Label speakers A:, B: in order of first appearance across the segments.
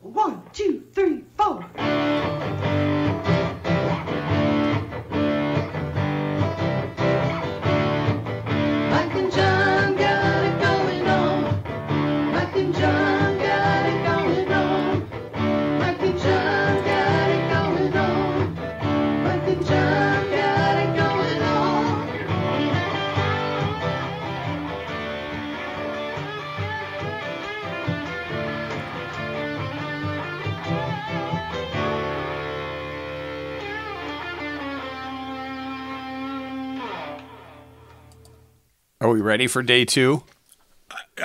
A: One, two, three, four. Mike and John got it going on. Mike and John got it going on. Mike and John got it going on. Mike and John got it going on.
B: Are we ready for day two?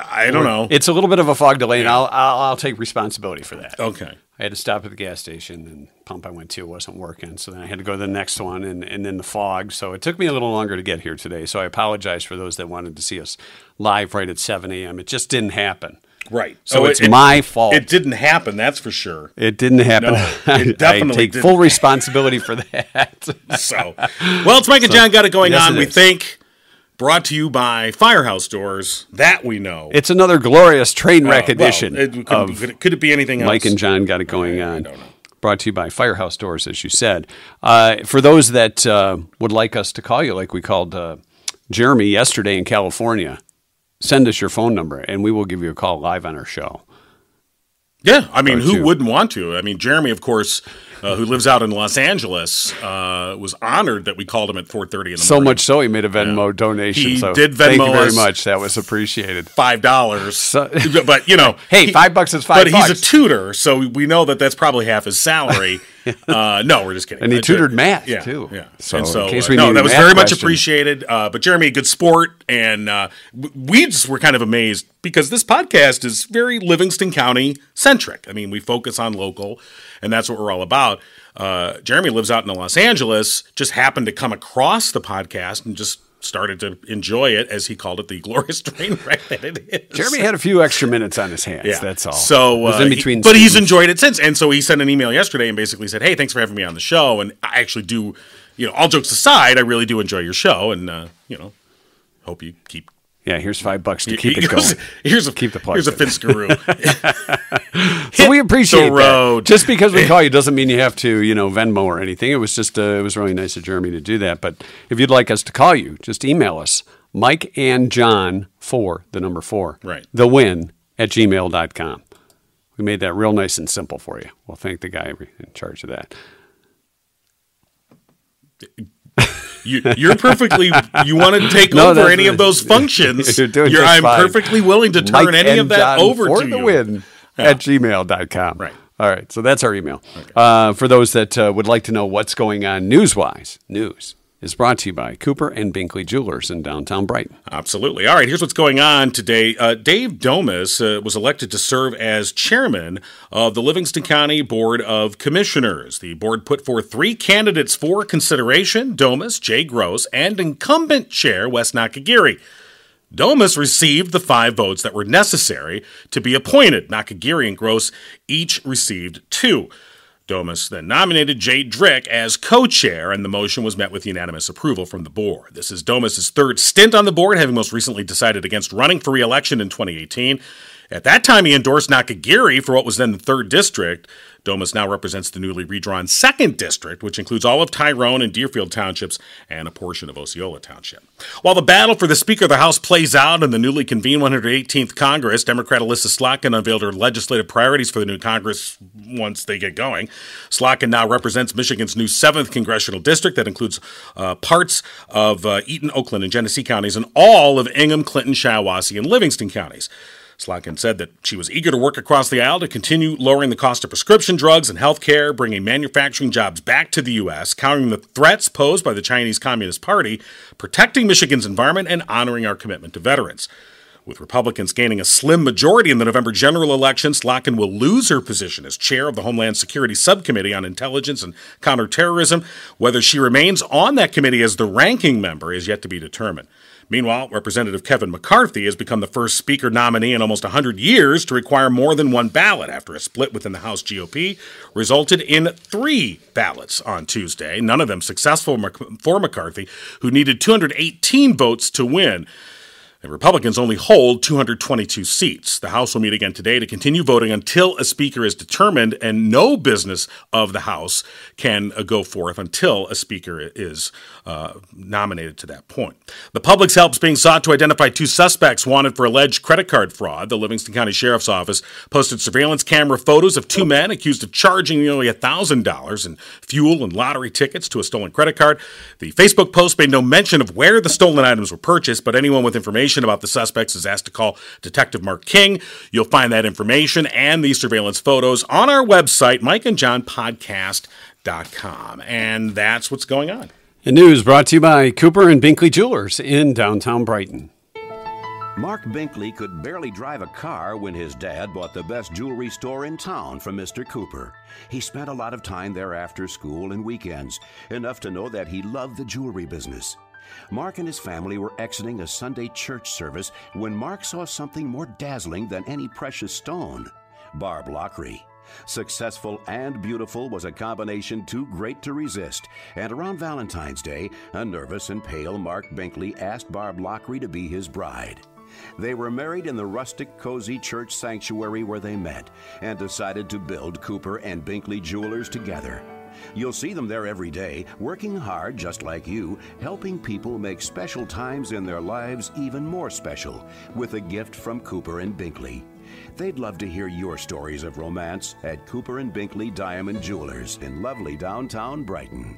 C: I don't know.
B: It's a little bit of a fog delay, and I'll, I'll, I'll take responsibility for that.
C: okay.
B: I had to stop at the gas station, and pump I went to wasn't working, so then I had to go to the next one, and, and then the fog. So it took me a little longer to get here today. So I apologize for those that wanted to see us live right at 7 a.m. It just didn't happen.
C: Right.
B: So
C: Oh,
B: it's
C: it-
B: my fault.
C: It didn't happen, that's for sure.
B: It didn't happen.
C: No, it definitely
B: I take
C: didn't.
B: full responsibility for that.
C: So, well, it's Mike and John got it going
B: yes,
C: on.
B: it
C: we
B: is.
C: think brought to you by Firehouse Doors. That we know.
B: it's another glorious train
C: Uh,
B: wreck edition.
C: well, it- could,
B: of
C: could, could it be anything else?
B: Mike and John got it going
C: I
B: on.
C: don't know.
B: Brought to you by Firehouse Doors, as you said. Uh, for those that uh, would like us to call you, like we called uh, Jeremy yesterday in California, send us your phone number and we will give you a call live on our show.
C: Yeah, I mean, who
B: two.
C: wouldn't want to? I mean, Jeremy, of course, uh, who lives out in Los Angeles, uh, was honored that we called him at 4:30 in the
B: So
C: morning.
B: much so, he made a Venmo donation.
C: He
B: so
C: did
B: Thank you
C: Venmo
B: very
C: us.
B: much. That was appreciated.
C: five dollars.
B: So-
C: but you know,
B: Hey, five bucks is five
C: But he's
B: bucks.
C: a tutor, so we know that that's probably half his salary. uh, no, we're just kidding.
B: And he
C: Uh, Jer-
B: tutored math,
C: yeah,
B: too.
C: Yeah.
B: So,
C: and
B: in
C: so
B: case
C: uh,
B: we
C: no,
B: need a
C: that was
B: math
C: very much
B: question.
C: appreciated. Uh, but Jeremy, a good sport, and uh, w- we just were kind of amazed because this podcast is very Livingston County centric. I mean, we focus on local, and that's what we're all about. Uh, Jeremy lives out in Los Angeles, just happened to come across the podcast and just started to enjoy it, as he called it, the glorious train wreck that it is.
B: Jeremy had a few extra minutes on his hands. That's all.
C: So,
B: It was
C: uh,
B: in
C: he-
B: between,
C: but he's
B: students.
C: enjoyed it since. And so he sent an email yesterday and basically said, "Hey, thanks for having me on the show." And I actually do, you know, all jokes aside, I really do enjoy your show, and uh, you know, hope you keep.
B: yeah. Here's five bucks to keep it going.
C: here's, here's a
B: Keep the plug
C: Here's a
B: in.
C: Finskaroo.
B: So we appreciate
C: the
B: that.
C: road.
B: Just because we call you doesn't mean you have to, you know, Venmo or anything. It was just, uh, it was really nice of Jeremy to do that. But if you'd like us to call you, just email us, Mike and John for the number four,
C: Right.
B: The win at gmail.com. We made that real nice and simple for you. We'll thank the guy in charge of that.
C: you, you're perfectly. You want to take
B: No,
C: over
B: that's-
C: any of those functions?
B: You're doing just
C: I'm
B: fine.
C: perfectly willing to turn
B: Mike
C: any
B: and
C: of that
B: John
C: over
B: for
C: to
B: the
C: you.
B: win at gmail.com.
C: Right.
B: All right. So that's our email. Uh, for those that uh, would like to know what's going on news wise, news is brought to you by Cooper and Binkley Jewelers in downtown Brighton.
C: Absolutely. All right, here's what's going on today. Uh, Dave Domas uh, was elected to serve as chairman of the Livingston County Board of Commissioners. The board put forth three candidates for consideration Domas, Jay Gross, and incumbent chair Wes Nakagiri. Domas received the five votes that were necessary to be appointed. Nakagiri and Gross each received two. Domas then nominated Jay Drick as co chair, and the motion was met with unanimous approval from the board. This is Domas' third stint on the board, having most recently decided against running for re election in 2018. At that time, he endorsed Nakagiri for what was then the third district. Domas now represents the newly redrawn second district, which includes all of Tyrone and Deerfield townships and a portion of Osceola Township. While the battle for the Speaker of the House plays out in the newly convened 118th Congress, Democrat Alyssa Slotkin unveiled her legislative priorities for the new Congress once they get going. Slotkin now represents Michigan's new 7th Congressional District that includes uh, parts of uh, Eaton, Oakland, and Genesee counties and all of Ingham, Clinton, Shiawassee, and Livingston counties. Slotkin said that she was eager to work across the aisle to continue lowering the cost of prescription drugs and health care, bringing manufacturing jobs back to the U.S., countering the threats posed by the Chinese Communist Party, protecting Michigan's environment, and honoring our commitment to veterans. With Republicans gaining a slim majority in the November general election, Slotkin will lose her position as chair of the Homeland Security Subcommittee on Intelligence and Counterterrorism. Whether she remains on that committee as the ranking member is yet to be determined. Meanwhile, Representative Kevin McCarthy has become the first Speaker nominee in almost 100 years to require more than one ballot after a split within the House GOP resulted in three ballots on Tuesday, none of them successful for McCarthy, who needed 218 votes to win. And Republicans only hold 222 seats. The House will meet again today to continue voting until a speaker is determined, and no business of the House can uh, go forth until a speaker is uh, nominated to that point. The public's help is being sought to identify two suspects wanted for alleged credit card fraud. The Livingston County Sheriff's Office posted surveillance camera photos of two men accused of charging nearly $1,000 in fuel and lottery tickets to a stolen credit card. The Facebook post made no mention of where the stolen items were purchased, but anyone with information about the suspects is asked to call Detective Mark King. You'll find that information and these surveillance photos on our website, mikeandjohnpodcast.com. And that's what's going on.
B: And news brought to you by Cooper and Binkley Jewelers in downtown Brighton.
D: Mark Binkley could barely drive a car when his dad bought the best jewelry store in town from Mr. Cooper. He spent a lot of time there after school and weekends, enough to know that he loved the jewelry business. Mark and his family were exiting a Sunday church service when Mark saw something more dazzling than any precious stone Barb Lockery. Successful and beautiful was a combination too great to resist. And around Valentine's Day, a nervous and pale Mark Binkley asked Barb Lockery to be his bride. They were married in the rustic, cozy church sanctuary where they met and decided to build Cooper and Binkley Jewelers together. You'll see them there every day, working hard just like you, helping people make special times in their lives even more special with a gift from Cooper and Binkley. They'd love to hear your stories of romance at Cooper and Binkley Diamond Jewelers in lovely downtown Brighton.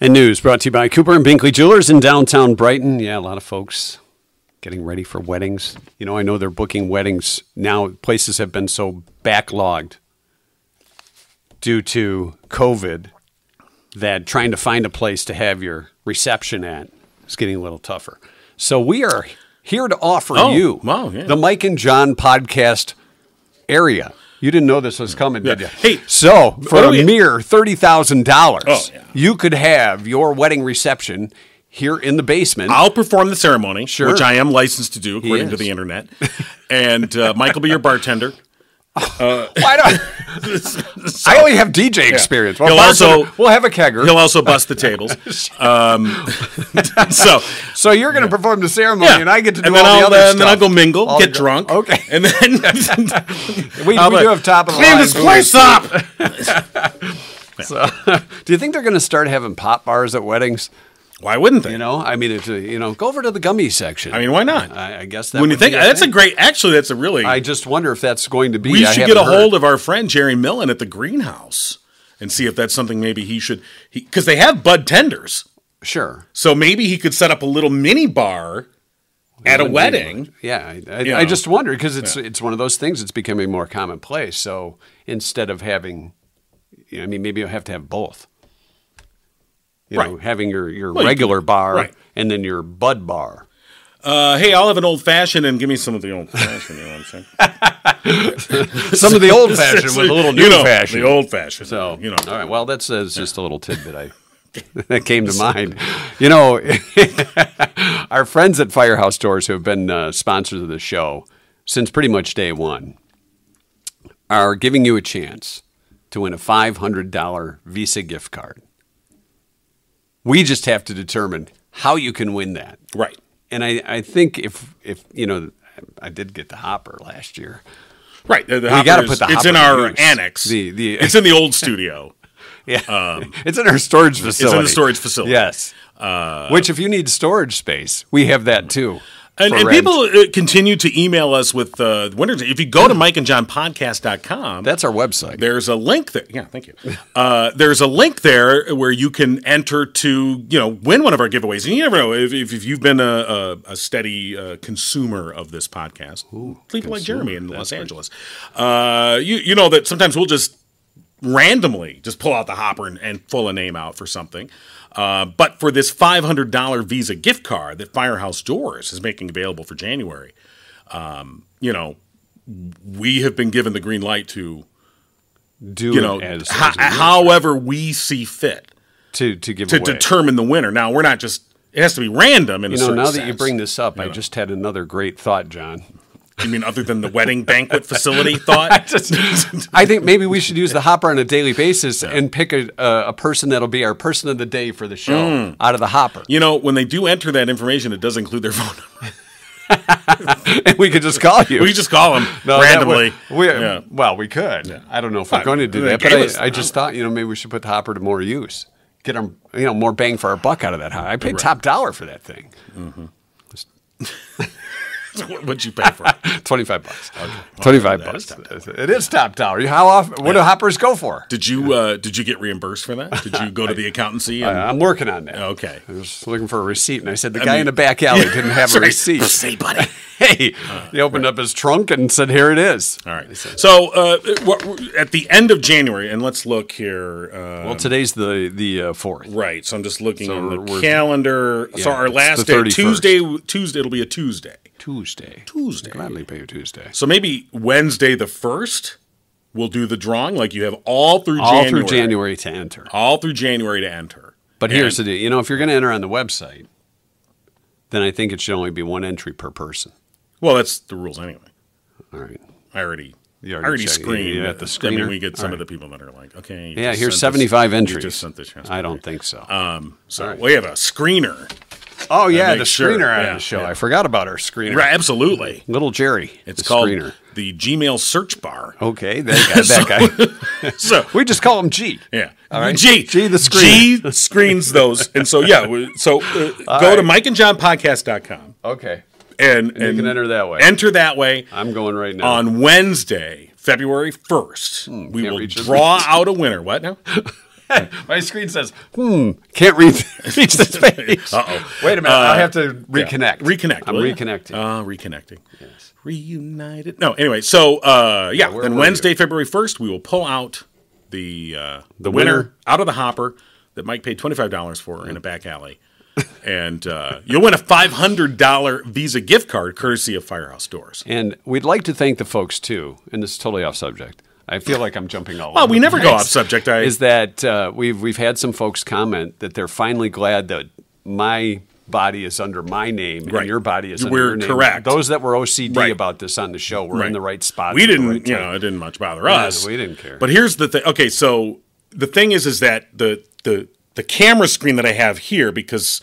B: And news brought to you by Cooper and Binkley Jewelers in downtown Brighton. Yeah, a lot of folks getting ready for weddings. You know, I know they're booking weddings now. Places have been so backlogged due to COVID that trying to find a place to have your reception at is getting a little tougher. So we are here to offer
C: Oh,
B: you
C: wow, yeah.
B: the Mike and John podcast area. You didn't know this was coming, did you?
C: Yeah. Hey,
B: so for
C: oh,
B: a
C: yeah.
B: mere thirty thousand
C: Oh,
B: dollars,
C: yeah.
B: you could have your wedding reception here in the basement.
C: I'll perform the ceremony,
B: Sure.
C: which I am licensed to do according to
B: is.
C: the internet. And uh, Mike will be your bartender.
B: Why not?
C: So
B: I only have DJ experience. Well,
C: He'll
B: bartender-
C: also-
B: we'll have a kegger.
C: he'll also bust the tables. Um, so
B: so you're going to perform the ceremony,
C: yeah,
B: and I get to do
C: then
B: all
C: I'll,
B: the other
C: uh,
B: stuff.
C: And then I'll go mingle,
B: All
C: get
B: the-
C: drunk.
B: Okay.
C: and then
B: We,
C: I'll
B: we
C: be-
B: do have top of the
C: clean
B: line.
C: this place up.
B: So, do you think they're going to start having pop bars at weddings?
C: Why wouldn't they?
B: You know, I mean, it's, uh, you know, go over to the gummy section.
C: I mean, why not?
B: I, I guess that
C: when you
B: would be
C: think uh, that's
B: thing.
C: a great, actually, that's a really.
B: I just wonder if that's going to be.
C: we
B: I
C: should get a
B: haven't heard.
C: hold of our friend Jerry Millen at the greenhouse and see if that's something maybe he should because they have bud tenders.
B: Sure.
C: So maybe he could set up a little mini bar at a
B: Wouldn't be
C: wedding.
B: much. Yeah, I, I,
C: You
B: I
C: know.
B: just wonder because it's it's one of those things that's becoming more commonplace. So instead of having, you know, I mean, maybe you'll have to have both. You know,
C: Right.
B: having your your
C: you-
B: regular bar
C: right.
B: and then your bud bar.
C: Uh, hey, I'll have an old fashioned and give me some of the old fashioned. You know what I'm saying?
B: Some of the old fashioned with a little new
C: you know,
B: fashioned.
C: The old fashioned.
B: So
C: you know,
B: all right. Well, that's, that's just a little tidbit I that came to mind. You know, our friends at Firehouse Doors, who have been uh, sponsors of the show since pretty much day one, are giving you a chance to win a five hundred dollar Visa gift card. We just have to determine how you can win that
C: right.
B: and I, I think if if you know I did get the hopper last year.
C: Right. The, the
B: We gotta
C: hopper
B: put
C: is-
B: the
C: It's in
B: hopper
C: our
B: use.
C: annex.
B: The- the-
C: it's in the old studio.
B: Yeah,
C: Um,
B: it's in our storage facility.
C: storage facility. Uh,
B: Yes, which if you need storage space, we have that too.
C: And,
B: for
C: and
B: rent.
C: people uh, continue to email us with uh, winners. If you go to mikeandjohnpodcast.com,
B: that's our website.
C: there's a link there. Yeah, thank you. Uh, there's a link there where you can enter to you know win one of our giveaways. And you never know if, if, if you've been a, a, a steady uh, consumer of this podcast, people like Jeremy in Los Angeles, uh, you you know that sometimes we'll just randomly just pull out the hopper and, and pull a name out for something. Uh, but for this $500 Visa gift card that Firehouse Doors is making available for January, um, you know, we have been given the green light to
B: Do
C: you know,
B: it as,
C: ho-
B: as a gift
C: however we see fit
B: to to give
C: to
B: away.
C: determine the winner. Now we're not just it has to be random in
B: you
C: a
B: know,
C: certain
B: now that you
C: sense.
B: bring this up, I just had another great thought, John.
C: You mean other than the wedding banquet facility thought?
B: I think maybe we should use the hopper on a daily basis and pick a, a, a person that'll be our person of the day for the show
C: Mm.
B: out of the hopper.
C: you know, when they do enter that information, it does include their phone number.
B: and we could just call you.
C: We just call them
B: No, that
C: randomly.
B: would- we, um,
C: Yeah.
B: Well, we could. I don't know if we're going to do
C: they
B: that,
C: gave us
B: but
C: the
B: I, I just thought, you know, maybe we should put the hopper to more use. Get our, you know, more bang for our buck out of that hopper. I paid top dollar for that thing.
C: what would you pay for it?
B: 25 bucks. 25
C: that is
B: bucks. It is top dollar. You- How often, what do hoppers go for?
C: Did you uh, did you get reimbursed for that? Did you go to the accountancy? And,
B: Uh, I'm working on that.
C: okay.
B: I was looking for a receipt, and I said the guy in the back alley didn't have a
C: Sorry. Uh,
B: receipt.
C: Say, buddy.
B: Hey, he opened up his trunk and said, "Here it is."
C: All right. So uh, what, at the end of January, and let's look here. Uh,
B: Well, today's the the uh, fourth.
C: right. So I'm just looking
B: So
C: on the
B: we're- we're-
C: calendar. so our
B: it's
C: last
B: the
C: day,
B: 31st.
C: Tuesday. Tuesday. It'll be a Tuesday.
B: Tuesday.
C: Tuesday.
B: Gladly pay you Tuesday.
C: So maybe Wednesday the first, we'll do the drawing. Like you have all through
B: All
C: January.
B: through January to enter.
C: All through January to enter.
B: But
C: And-
B: here's the deal. You know, if you're going to enter on the website, then I think it should only be one entry per person.
C: Well, that's the rules anyway.
B: All right.
C: I already. I
B: You already
C: already
B: checked-
C: screened.
B: you got the
C: I mean,
B: screener?
C: we get some
B: All
C: of the people that are like, okay. you
B: Yeah,
C: just
B: here's
C: sent this-
B: 75
C: You
B: entries.
C: just sent this yesterday.
B: I don't think so.
C: Um, so
B: right.
C: we have a screener.
B: oh yeah,
C: make
B: the
C: sure.
B: screener on
C: Yeah,
B: the show.
C: yeah.
B: I forgot about our screener.
C: Right, absolutely.
B: Little Jerry.
C: It's
B: the
C: called
B: screener.
C: the Gmail search bar.
B: Okay, that guy. That guy.
C: So
B: we just call him G.
C: yeah,
B: All right.
C: G
B: G the
C: G screens those, and so yeah. we- So uh, go to mikeandjohnpodcast.com
B: Okay.
C: and, and
B: can enter that way.
C: Enter that way.
B: I'm going right now.
C: on Wednesday, February first, we
B: can't
C: will
B: reach it.
C: draw out a winner. What now?
B: My screen says, hmm, can't read reach this page.
C: Uh-oh. Uh,
B: Wait a minute. I'll have to reconnect.
C: Yeah. Reconnect.
B: I'm
C: will ya?
B: reconnecting.
C: Uh, reconnecting. Reunited. No, anyway, so uh, yeah,
B: where
C: then
B: were
C: Wednesday, February 1st, we will pull out the uh, the winner,
B: winner. Mm.
C: out of the hopper that Mike paid $25 for in a back alley. and uh, you'll win a $500 Visa gift card courtesy of Firehouse Doors.
B: and we'd like to thank the folks, too. And this is totally off subject. I feel like I'm jumping all over.
C: Well, we
B: the
C: never go
B: place.
C: off subject. I,
B: Is that uh, we've, we've had some folks comment that they're finally glad that my body is under my name
C: Right.
B: and your body is under
C: We're
B: your name.
C: correct.
B: Those that were OCD
C: Right.
B: about this on the show were
C: Right.
B: in the right spot.
C: we
B: at the
C: didn't,
B: right
C: you
B: time.
C: know, it didn't much bother
B: Yeah,
C: us.
B: we didn't care.
C: But here's the thing. Okay, so the thing is, is that the the the camera screen that I have here because.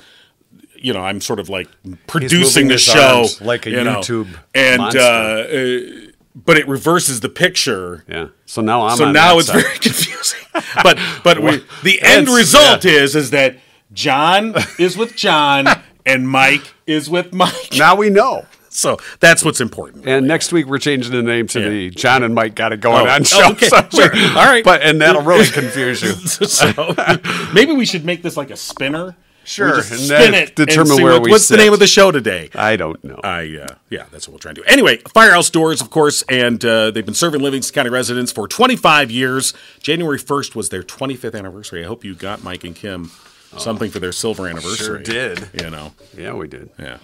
C: You know, I'm sort of like producing the
B: his
C: show
B: arms like a
C: you know,
B: YouTube
C: and
B: monster.
C: uh, uh, but it reverses the picture.
B: Yeah. So now I'm
C: So
B: on
C: now
B: that
C: it's
B: side.
C: very confusing. But but we,
B: Well,
C: the end
B: it's-
C: result is is that John is with John and Mike is with Mike.
B: Now we know.
C: So that's what's important.
B: And next week we're changing the name to
C: Yeah.
B: the John and Mike got it going
C: Oh,
B: on
C: oh,
B: show.
C: okay,
B: So we-
C: sure. All right.
B: But and that'll really confuse you.
C: so maybe we should make this like a spinner.
B: Sure,
C: We just
B: and
C: spin
B: then
C: it.
B: determine
C: and see
B: where
C: what-
B: we
C: What's
B: sit.
C: the name of the show today?
B: I don't know.
C: I uh, yeah, that's what we'll try and do. Anyway, Firehouse Doors, of course, and uh, they've been serving Livingston County residents for 25 years. January 1st was their 25th anniversary. I hope you got Mike and Kim something for their silver anniversary.
B: Oh, did.
C: You know,
B: yeah, we did.
C: yeah,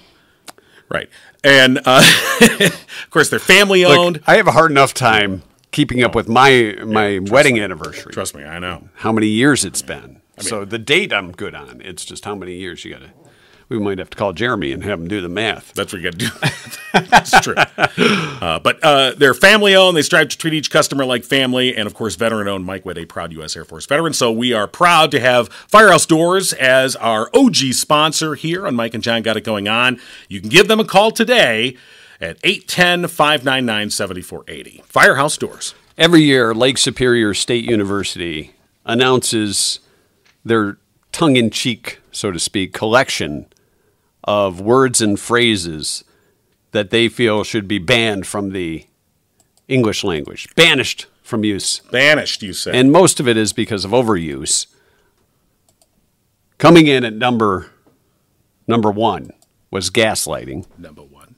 C: right. And uh, of course, they're family
B: Look,
C: owned.
B: I have a hard enough time keeping up with my my wedding anniversary.
C: Trust me, I know.
B: How many years it's been. so the date I'm good on. It's just how many years you gotta we might have to call Jeremy and have him do the math.
C: That's what you got to do. That's true. Uh, but uh, they're family owned. They strive to treat each customer like family. And of course, veteran owned Mike Wed, a proud U.S. Air Force veteran. So we are proud to have Firehouse Doors as our OG sponsor here on Mike and John Got It Going On. You can give them a call today at 810 599 7480. Firehouse Doors.
B: Every year, Lake Superior State University announces their tongue in cheek, so to speak, collection of words and phrases that they feel should be banned from the English language, banished from use.
C: Banished, you say.
B: And most of it is because of overuse. Coming in at number number 1 was gaslighting,
C: Number one.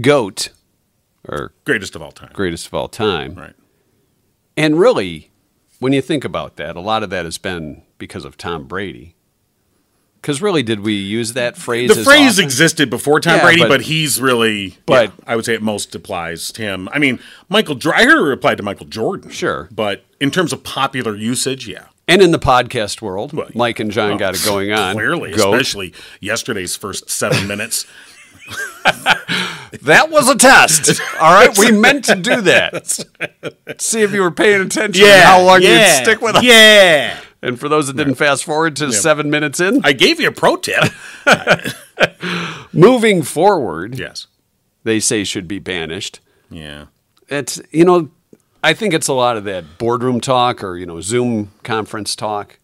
B: goat or
C: Greatest of all time.
B: greatest of all time.
C: Right.
B: And really, when you think about that, a lot of that has been because of Tom Brady. Because really, did we use that phrase?
C: The
B: as
C: phrase
B: often?
C: existed before Tom
B: Yeah,
C: Brady, but,
B: but-
C: he's really.
B: But-
C: yeah, I would say it most applies to him. I mean, Michael. Jor- I heard it applied to Michael Jordan.
B: Sure.
C: but in terms of popular usage, yeah,
B: and in the podcast world,
C: Well,
B: Mike and John
C: oh,
B: got it going on.
C: clearly,
B: Goat.
C: especially yesterday's first seven minutes.
B: That was a test. All right, we meant to do that. See if you were paying attention. and how long
C: yeah,
B: you'd stick with us.
C: Yeah.
B: And for those that didn't fast forward to seven minutes in,
C: I gave you a pro tip.
B: moving forward,
C: yes.
B: they say should be banished.
C: Yeah.
B: It's you know, I think it's a lot of that boardroom talk or you know Zoom conference talk.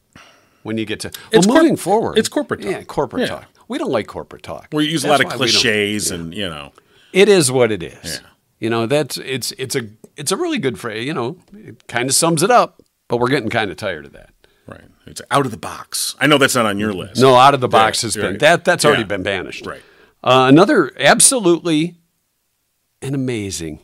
B: When you get to well,
C: It's cor-
B: moving forward,
C: it's corporate talk.
B: Yeah, corporate
C: Yeah.
B: talk. We don't like corporate talk.
C: Where you use
B: That's
C: a lot
B: why
C: of
B: we don't-
C: cliches and, you know.
B: It is what it is.
C: Yeah.
B: You know, that's it's it's a it's a really good phrase. You know, it kind of sums it up. But we're getting kind of tired of that.
C: Right. It's out of the box. I know that's not on your list.
B: Mm-hmm. No, out of the box
C: Right,
B: has been
C: right.
B: that that's already
C: Yeah.
B: been banished.
C: Right.
B: Uh, another absolutely an amazing,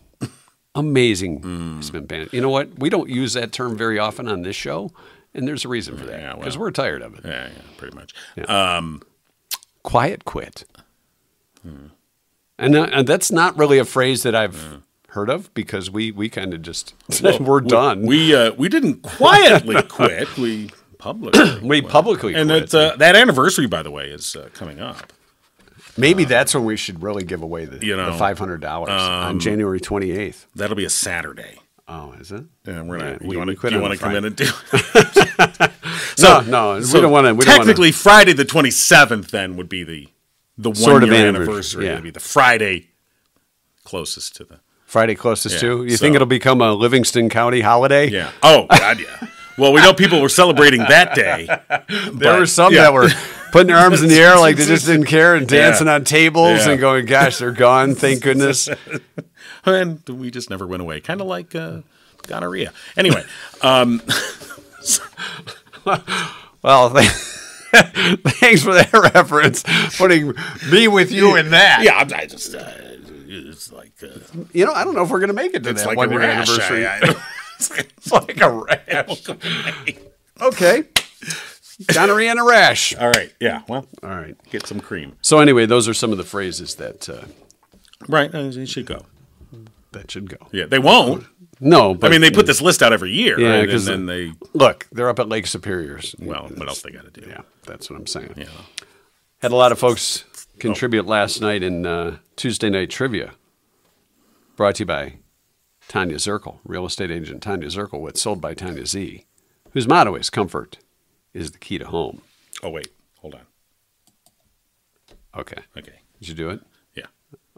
B: amazing
C: Hmm.
B: has been banished. You know what? We don't use that term very often on this show, and there's a reason for
C: Yeah,
B: that
C: well.
B: because we're tired of it.
C: Yeah, yeah, pretty much. Um,
B: Quiet quit,
C: Hmm.
B: and, uh, and that's not really a phrase that I've heard of because we we kind of just we're done.
C: We uh, we didn't quietly quit. We publicly.
B: We publicly
C: and
B: quit.
C: it's, uh, that anniversary, by the way, is uh, coming up.
B: Maybe that's when we should really give away the,
C: uh, You know, um,
B: the five hundred dollars on January twenty eighth.
C: That'll be a Saturday.
B: Oh, is it?
C: And we're
B: Yeah,
C: not.
B: we-
C: you
B: we
C: want to
B: quit on
C: you
B: a
C: want to come in
B: Friday.
C: and do?
B: No, no, we don't want to.
C: Technically, Friday the twenty seventh then would be the the one
B: Sort of
C: year
B: anniversary,
C: anniversary.
B: yeah.
C: It'd be the Friday closest to the.
B: Friday closest
C: Yeah,
B: to. You think
C: so-
B: it'll become a Livingston County holiday?
C: Yeah. Oh God. Yeah. Well, we know people were celebrating that day.
B: There
C: but-
B: were some
C: yeah.
B: that were putting their arms in the air like they just didn't care and dancing on tables
C: Yeah.
B: and going, "Gosh, they're gone! Thank goodness."
C: and we just never went away. Kind of like uh, gonorrhea. Anyway, um,
B: Well, th- thanks for that reference. Putting me with you in that.
C: yeah, I, I just uh, it's like uh,
B: You know, I don't know if we're gonna make it to
C: it's
B: that
C: like
B: one
C: a
B: year
C: rash.
B: anniversary.
C: I- I-
B: It's like a rash. okay. Gonorrhea and a rash.
C: all right. Yeah. Well,
B: All right.
C: get some cream.
B: So anyway, those are some of the phrases that uh,
C: Right. uh, It should go.
B: that should go.
C: Yeah. They won't.
B: No,
C: I
B: but
C: mean, they put this list out every year,
B: Yeah,
C: right? and
B: 'cause
C: then they.
B: look. They're up at Lake Superior's.
C: Well, what else they got to do?
B: Yeah, that's what I'm saying.
C: Yeah.
B: Had a lot of folks contribute last night in uh, Tuesday Night Trivia, brought to you by Tanya Zirkle, real estate agent Tanya Zirkle, with Sold by Tanya Z, whose motto is comfort is the key to home.
C: Oh wait, hold on.
B: Okay.
C: Okay.
B: Did you do it?
C: Yeah.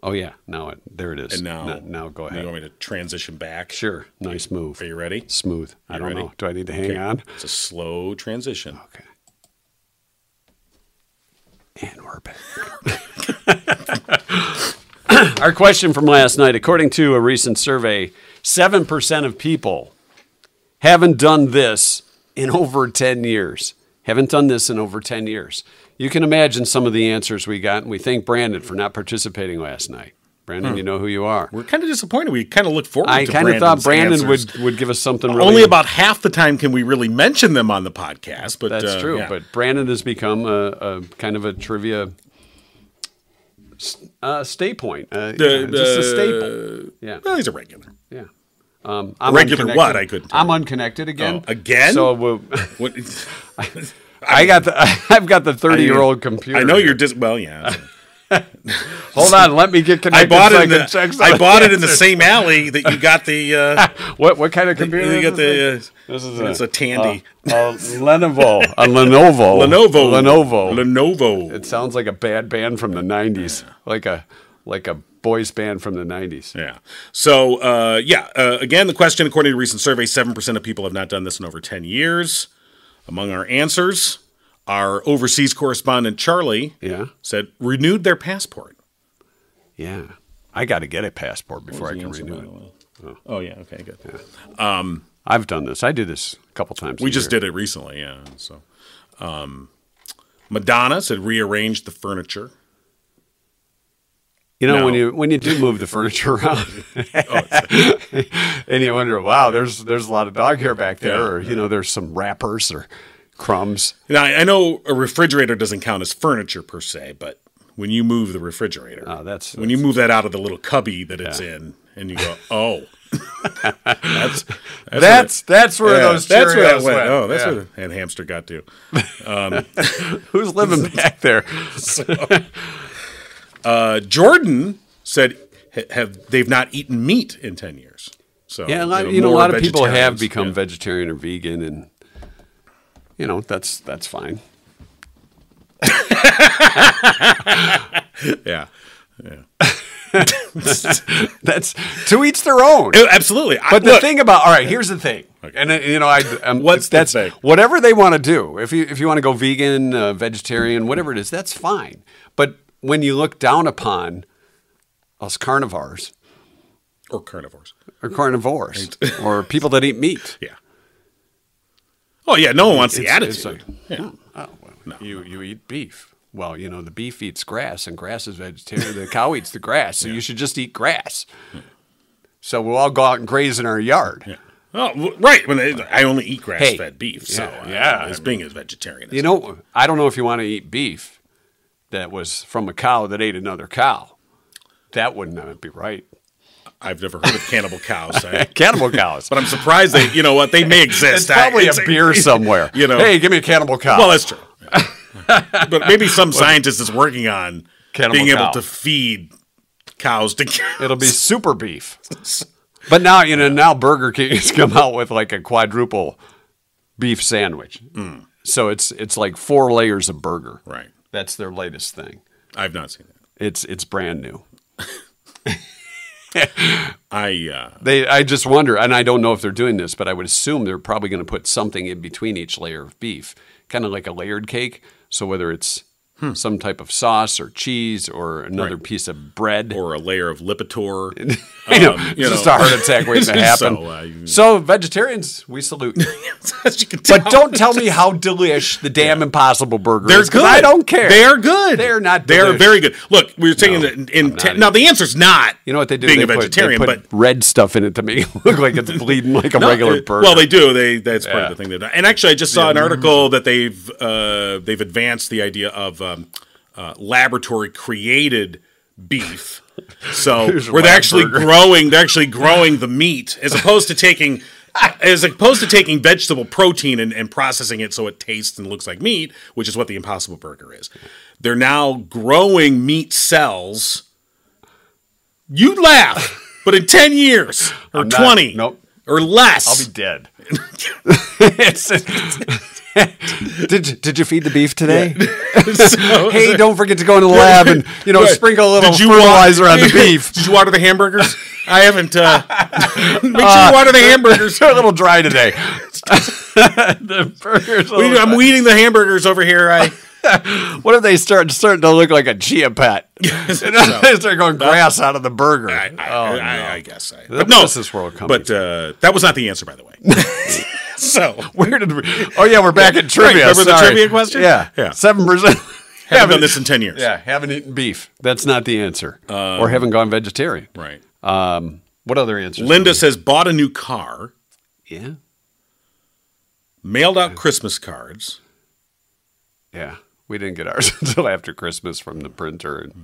B: Oh, yeah. Now it, there it is.
C: And now,
B: Now, now go
C: You
B: ahead.
C: want me to transition back?
B: Sure. Nice move.
C: Are you ready?
B: Smooth. I
C: You
B: don't
C: ready?
B: know. Do I need to hang
C: Okay.
B: on? Uh,
C: It's a slow transition.
B: Okay. And we're back. Our question from last night according to a recent survey, 7% of people haven't done this in over 10 years. Haven't done this in over 10 years. You can imagine some of the answers we got, and we thank Brandon for not participating last night. Brandon, you know who you are.
C: Hmm. We're kind of disappointed. We kind of looked forward.
B: I
C: to
B: kind of thought
C: Brandon's
B: Brandon
C: answers.
B: would, would give us something really
C: Only about half the time can we really mention them on the podcast. But
B: That's
C: uh,
B: true.
C: yeah.
B: But Brandon has become a, a kind of a trivia s- uh, stay point. Uh, yeah, just a staple. Yeah.
C: well, he's a regular.
B: Yeah. Um, I'm
C: Regular
B: unconnected.
C: what? I couldn't tell
B: I'm unconnected again.
C: Oh, again?
B: So we'll,
C: What,
B: I got the. I've got the 30 year old computer.
C: I know
B: here.
C: you're just well, yeah.
B: Hold on. Let me get
C: I
B: connected.
C: bought
B: so
C: it. In
B: can
C: the,
B: check some-
C: I bought it in the same alley that you got the. Uh,
B: What what kind of computer?
C: you
B: is
C: got
B: this?
C: the. Uh,
B: This is
C: it's a Tandy.
B: a Lenovo. A Lenovo.
C: Lenovo.
B: uh, Lenovo.
C: Lenovo.
B: It sounds like a bad band from the '90s, like a like a boys band from the '90s.
C: Yeah. So, uh, yeah. Uh, again, the question, according to a recent survey, seven percent of people have not done this in over ten years. Among our answers, our overseas correspondent Charlie
B: Yeah.
C: said renewed their passport.
B: Yeah. I got to get a passport before I can renew it.
C: Oh. oh, yeah. Okay, good. Um,
B: I've done this. I do this a couple times.
C: We just did it recently. Yeah. So, um, Madonna said rearrange the furniture.
B: You know, when
C: No. Oh,
B: you when you do move the furniture around, and you wonder, wow, there's there's a lot of dog hair back there,
C: Yeah,
B: or you know, there's some wrappers or crumbs.
C: Now, I I know a refrigerator doesn't count as furniture per se, but when you move the refrigerator,
B: Oh, that's-
C: when you move that out of the little cubby that it's in, and you go, oh, that's that's,
B: That's that's where
C: where, yeah,
B: those
C: that's where that
B: Cheerios
C: went. Oh, that's
B: Yeah.
C: where the, and hamster got to.
B: who's living back there.
C: Uh, Jordan said ha- have they've not eaten meat in ten years. So
B: Yeah, a lot,
C: know,
B: you know, a
C: more
B: lot of people have
C: vegetarians.
B: become
C: Yeah.
B: vegetarian or vegan, and you know that's that's fine.
C: yeah.
B: That's to each their own.
C: Uh, Absolutely. I-
B: But the
C: look,
B: thing about all right, here's the thing, and uh, you know, I um,
C: What's the
B: that's
C: thing?
B: whatever they want to do. If you if you want to go vegan, uh, vegetarian, whatever it is, that's fine. But when you look down upon us carnivores
C: or carnivores.
B: or carnivores or people that eat meat,
C: Yeah. Oh yeah, no one wants the
B: it's-
C: attitude.
B: it's like,
C: yeah.
B: oh, well, you you eat beef. Well, you know, the beef eats grass, and grass is vegetarian. The cow eats the grass, so you should just eat grass. So we'll all go out and graze in our yard.
C: Oh, w- right. When they, I only eat grass-fed beef, so
B: yeah,
C: uh,
B: yeah,
C: as being as vegetarian. as
B: You know, I don't know if you want to eat beef that was from a cow that ate another cow. That wouldn't uh, be right.
C: I've never heard of cannibal cows. I-
B: Cannibal cows.
C: but I'm surprised they, you know what, they may exist.
B: it's probably
C: I-
B: a beer somewhere.
C: you know.
B: hey, give me a cannibal cow.
C: Well, that's true. but maybe some scientist is working on
B: Cannibal
C: being
B: cow.
C: able to feed cows to cows.
B: it'll be super beef. But now you know. Now Burger King has come out with like a quadruple beef sandwich. So it's it's like four layers of burger.
C: right.
B: That's their latest thing.
C: I've not seen that.
B: It's it's brand new.
C: I uh,
B: They, I just wonder, and I don't know if they're doing this, but I would assume they're probably going to put something in between each layer of beef, kind of like a layered cake. So whether it's some type of sauce or cheese or another piece of bread,
C: or a layer of Lipitor.
B: you know,
C: um,
B: it's
C: you
B: just
C: know.
B: a heart attack waiting to happen.
C: So, uh, you-
B: So, vegetarians, we salute. you.
C: As you can tell,
B: But don't tell me how delish the damn impossible burger
C: They're
B: is. 'cause
C: good.
B: I don't care.
C: They're good.
B: They're not
C: They're
B: delish.
C: very good. Look, we were saying that in, in te- now the answer's not.
B: You know what they do?
C: Being
B: they
C: a vegetarian,
B: put, they
C: but
B: put red stuff in it to make it look like it's bleeding like a
C: No,
B: regular
C: it-
B: burger.
C: Well, they do. They that's part of the thing they've done. And actually, I just saw an article that they've uh, they've advanced the idea of um, uh, laboratory created beef. So
B: Here's a
C: where they're
B: lab
C: actually
B: burger.
C: growing, they're actually growing the meat as opposed to taking. As opposed to taking vegetable protein and, and processing it so it tastes and looks like meat, which is what the Impossible Burger is, they're now growing meat cells. You'd laugh, but in 10 years or
B: I'm not-
C: 20
B: nope.
C: or less,
B: I'll be dead. It's- did did you feed the beef today?
C: So-
B: hey, don't forget to go in the lab and you know
C: Right.
B: sprinkle a little
C: Did you
B: fertilizer
C: water-
B: on the beef.
C: Did you water the hamburgers? I haven't. Uh, make
B: Uh,
C: sure you water the hamburgers.
B: They're a little dry today. the burgers. a
C: What do you do?
B: little
C: I'm
B: dry.
C: weeding the hamburgers over here. I
B: What if they start starting to look like a chia pet? You know, they start going grass out of the burger.
C: I, I,
B: oh,
C: I, I guess. I,
B: That-
C: but no,
B: that's this world coming
C: But uh, that was not the answer, by the way. so
B: where did we? Oh yeah, we're back at trivia.
C: remember the
B: sorry.
C: trivia question?
B: Yeah,
C: Yeah.
B: seven percent.
C: haven't done this in ten years.
B: Yeah, haven't eaten beef. Um, That's not the answer. or haven't gone vegetarian.
C: Right.
B: Um, what other answers?
C: Linda says bought a new car,
B: Yeah.
C: mailed out Christmas cards.
B: Yeah. We didn't get ours until after Christmas from the printer. And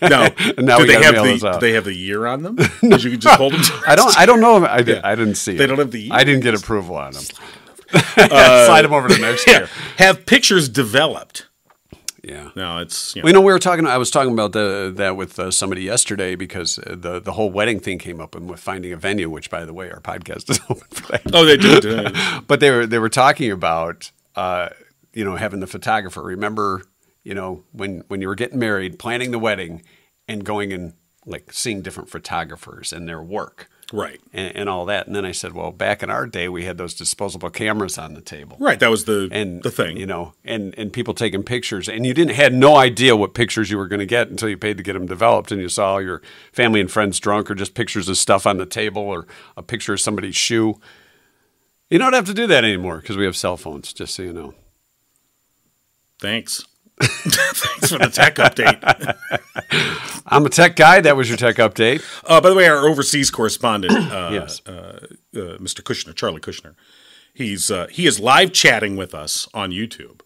C: No,
B: now
C: do
B: we
C: they
B: gotta
C: have
B: mail
C: the
B: those out.
C: do they have the year on them? Because you can just hold them. to-
B: I don't. I don't know. If, I, did, I didn't see.
C: They
B: it.
C: don't have the
B: I didn't get approval on them. Slide them over to next
C: Yeah.
B: year.
C: Have pictures developed.
B: Yeah.
C: No, it's you know,
B: Well, you know, we were talking. I was talking about the, that with uh, somebody yesterday because uh, the the whole wedding thing came up and with finding a venue, which, by the way, our podcast is open for that.
C: Oh, they did. uh,
B: but they were they were talking about uh, you know having the photographer. Remember, you know when when you were getting married, planning the wedding, and going and like seeing different photographers and their work
C: right.
B: and, and all that. And then I said, well, back in our day, we had those disposable cameras on the table.
C: Right. That was the
B: And
C: the thing.
B: you know, and and people taking pictures, and you didn't had no idea what pictures you were going to get until you paid to get them developed, and you saw your family and friends drunk, or just pictures of stuff on the table, or a picture of somebody's shoe. You don't have to do that anymore because we have cell phones. Just so you know,
C: Thanks. Thanks for the tech update.
B: I'm a tech guy. That was your tech update.
C: Uh, by the way, our overseas correspondent, uh,
B: yes,
C: uh, Mr. Kushner, Charlie Kushner, he's uh, he is live chatting with us on YouTube,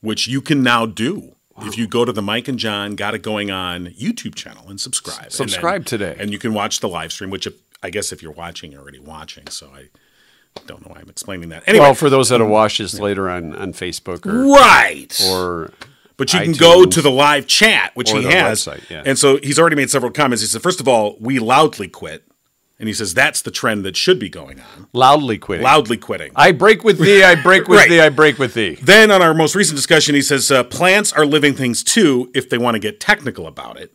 C: which you can now do. If you go to the Mike and John Got It Going On YouTube channel and subscribe, And then-
B: subscribe today.
C: and you can watch the live stream. Which, if, I guess, if you're watching, you're already watching. So I don't know why I'm explaining that. Anyway,
B: well, for those that will watch this later on on Facebook or
C: right
B: or
C: But you can go
B: iTunes.
C: to the live chat, which
B: Or
C: he
B: the
C: has.
B: website, yeah.
C: And so he's already made several comments. He said, first of all, we loudly quit. And he says that's the trend that should be going on.
B: Loudly quitting.
C: Loudly quitting.
B: I break with thee, I break with
C: Right.
B: thee, I break with thee.
C: Then on our most recent discussion, he says uh, plants are living things too if they want to get technical about it.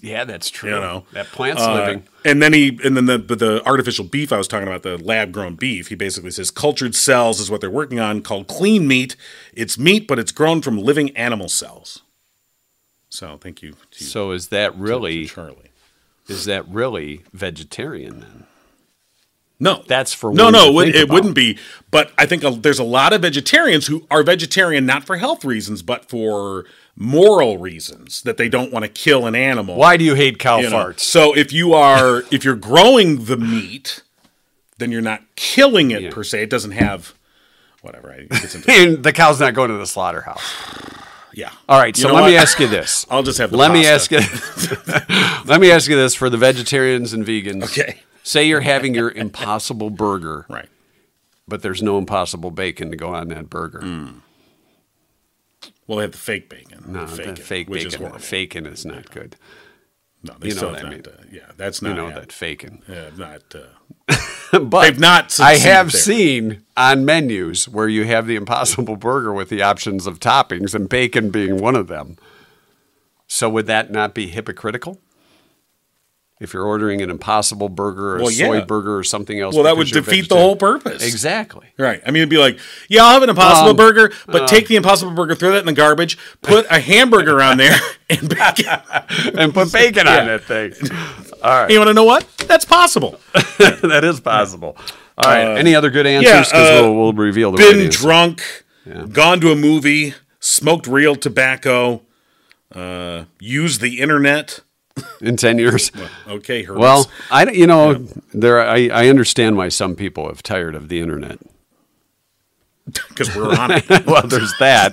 B: Yeah, that's true.
C: You know
B: That plant's
C: Uh,
B: living.
C: And then he and then the but the artificial beef I was talking about the lab grown beef. He basically says cultured cells is what they're working on called clean meat. It's meat, but it's grown from living animal cells. So thank you to,
B: So is that
C: to
B: really
C: Charlie.
B: is that really vegetarian then?
C: No,
B: That's for
C: no,
B: one
C: no.
B: to
C: It, would-
B: think
C: it
B: about.
C: wouldn't be, but I think a, there's a lot of vegetarians who are vegetarian not for health reasons, but for moral reasons that they don't want to kill an animal.
B: Why do you hate cow
C: you know.
B: farts?
C: So if you are if you're growing the meat, then you're not killing it
B: Yeah.
C: per se. It doesn't have whatever. I, it gets into,
B: And the cow's not going to the slaughterhouse.
C: yeah.
B: All right,
C: You
B: so
C: know
B: let me
C: what?
B: ask you this.
C: I'll just have the
B: let me ask
C: pasta.
B: you. let me ask you this for the vegetarians and vegans.
C: Okay.
B: Say you're having your impossible burger,
C: Right.
B: but there's no impossible bacon to go on that burger.
C: Mm, Well, they have the fake bacon.
B: no,
C: the
B: fake,
C: fake,
B: fake
C: which
B: bacon,
C: is horrible.
B: faking is not good.
C: No, they
B: you know
C: still
B: what
C: have
B: I
C: not.
B: mean.
C: Uh, yeah, that's not.
B: You know
C: hap-
B: that faking.
C: Yeah, not. Uh,
B: but
C: They've not
B: I
C: succeeded
B: have
C: there.
B: seen on menus where you have the Impossible Burger with the options of toppings and bacon being one of them. So would that not be hypocritical? If you're ordering an Impossible Burger or
C: Well,
B: a soy
C: yeah.
B: burger or something else,
C: Well, that would
B: because you're
C: defeat the
B: vegetarian.
C: whole purpose.
B: Exactly.
C: Right. I mean, it'd be like, yeah, I'll have an Impossible
B: Um,
C: Burger, but take the Impossible Burger, throw that in the garbage, put a hamburger on there, and bacon.
B: And put bacon on that thing.
C: And you want to know what? That's possible.
B: that is possible. All right. Any other good answers?
C: yeah,
B: Because
C: uh,
B: we'll, we'll reveal the right
C: Been
B: answer.
C: drunk, gone to a movie, smoked real tobacco, uh, used the internet.
B: in ten years.
C: Okay, Hermes.
B: Well, I don't- you know there I, I understand why some people have tired of the internet.
C: because we're on it.
B: well, there's that,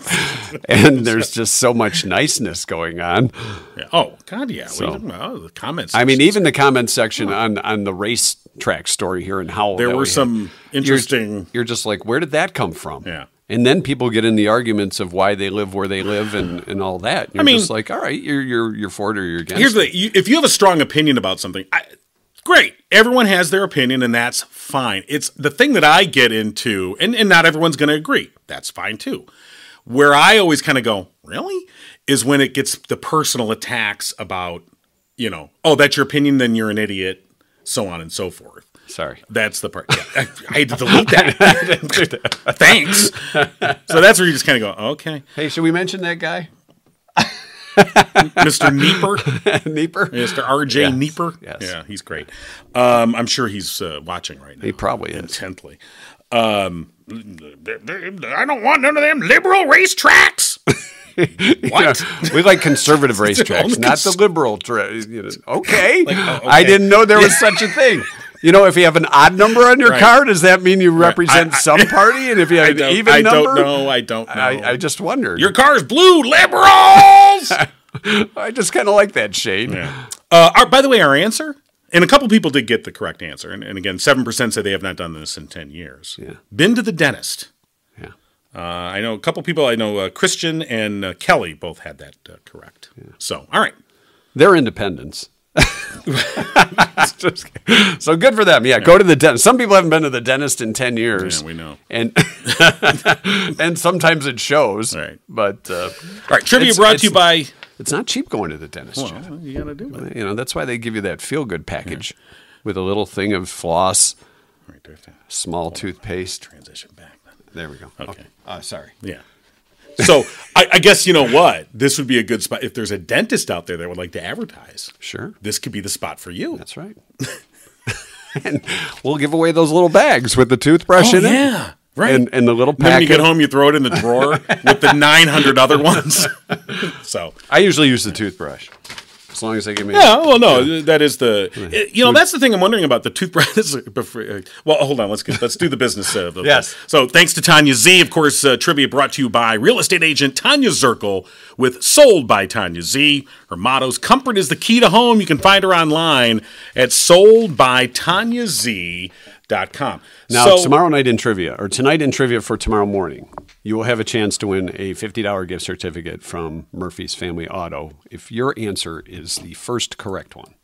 B: and there's just so much niceness going on.
C: Yeah. Oh God, yeah. What are
B: So-
C: you talking about? Oh, the comments.
B: I mean, even the comment section on on the racetrack story here in Howell,
C: there
B: that
C: were
B: we had,
C: some
B: you're-
C: interesting.
B: You're, just like, where did that come from?
C: Yeah.
B: And then people get in the arguments of why they live where they live and, and all that. You're
C: mean-
B: just like, all right, you're you're you're for it or you're against.
C: Here's
B: it.
C: the you, if you have a strong opinion about something, I, great. Everyone has their opinion, and that's fine. It's the thing that I get into, and and not everyone's going to agree. That's fine too. Where I always kind of go, really, is when it gets the personal attacks about, you know, oh, that's your opinion, then you're an idiot, so on and so forth.
B: sorry.
C: That's the part. Yeah, I, I had to delete that. Thanks. So that's where you just kind of go, okay,
B: Hey, should we mention that guy,
C: Mr. Neeper.
B: Neeper?
C: Mr. R.J. Nieper.
B: Yes.
C: Yeah, he's great. Um, I'm sure he's uh, watching right now.
B: He probably is.
C: Intently. Um, I don't want none of them liberal racetracks. what?
B: we like conservative racetracks,
C: Only
B: not the
C: cons-
B: liberal. Tra- you know, okay.
C: oh,
B: I
C: okay.
B: didn't know there was such a thing. You know, if you have an odd number on your
C: Right.
B: car, does that mean you represent
C: I- I-
B: some party? And if you have
C: I
B: an
C: don't,
B: even
C: I
B: number,
C: don't know. I don't know.
B: I, I just wondered.
C: Your car's blue, liberals.
B: I just kind of like that shade.
C: uh, our, by the way, our answer, and a couple people did get the correct answer. And, and again, 7% say they have not done this in 10 years.
B: Yeah.
C: Been to the dentist.
B: Yeah.
C: Uh, I know a couple people. I know uh, Christian and uh, Kelly both had that uh, correct. So, all right.
B: They're independents. Just kidding. so good for them. Yeah, go to the dentist. Some people haven't been to the dentist in ten years.
C: Yeah, we know.
B: and and sometimes it shows.
C: Right.
B: but uh,
C: All right, trivia
B: It's-
C: brought
B: it's-
C: to you by.
B: it's not cheap going to the dentist. Jeff.
C: you gotta do it.
B: You know, that's why they give you that feel good package with a little thing of floss,
C: Right, do I have to
B: small toothpaste.
C: transition back. Then.
B: There we go.
C: Okay.
B: Oh, uh, sorry.
C: Yeah. So I, I guess you know what this would be a good spot if there's a dentist out there that would like to advertise.
B: Sure.
C: This could be the spot for you.
B: That's right. and we'll give away those little bags with the toothbrush
C: oh
B: in it.
C: yeah, right.
B: And, and the little
C: then when you
B: packet.
C: get home, you throw it in the drawer with the 900 other ones. so
B: I usually use the toothbrush as long as they give me.
C: yeah, well, no, that is the eh, you know that's the thing I'm wondering about the toothbrush. this is before- uh, Well, hold on, let's get, let's do the business. Uh, of
B: Yes.
C: this. So thanks to Tanya Z, of course. Uh, trivia brought to you by real estate agent Tanya Zirkle with Sold by Tanya Z. Her motto's "Comfort is the key to home." You can find her online at soldbytanyaz.com.
B: Now,
C: so,
B: tomorrow night in trivia, or tonight in trivia for tomorrow morning, you will have a chance to win a $50 gift certificate from Murphy's Family Auto if your answer is the first correct one.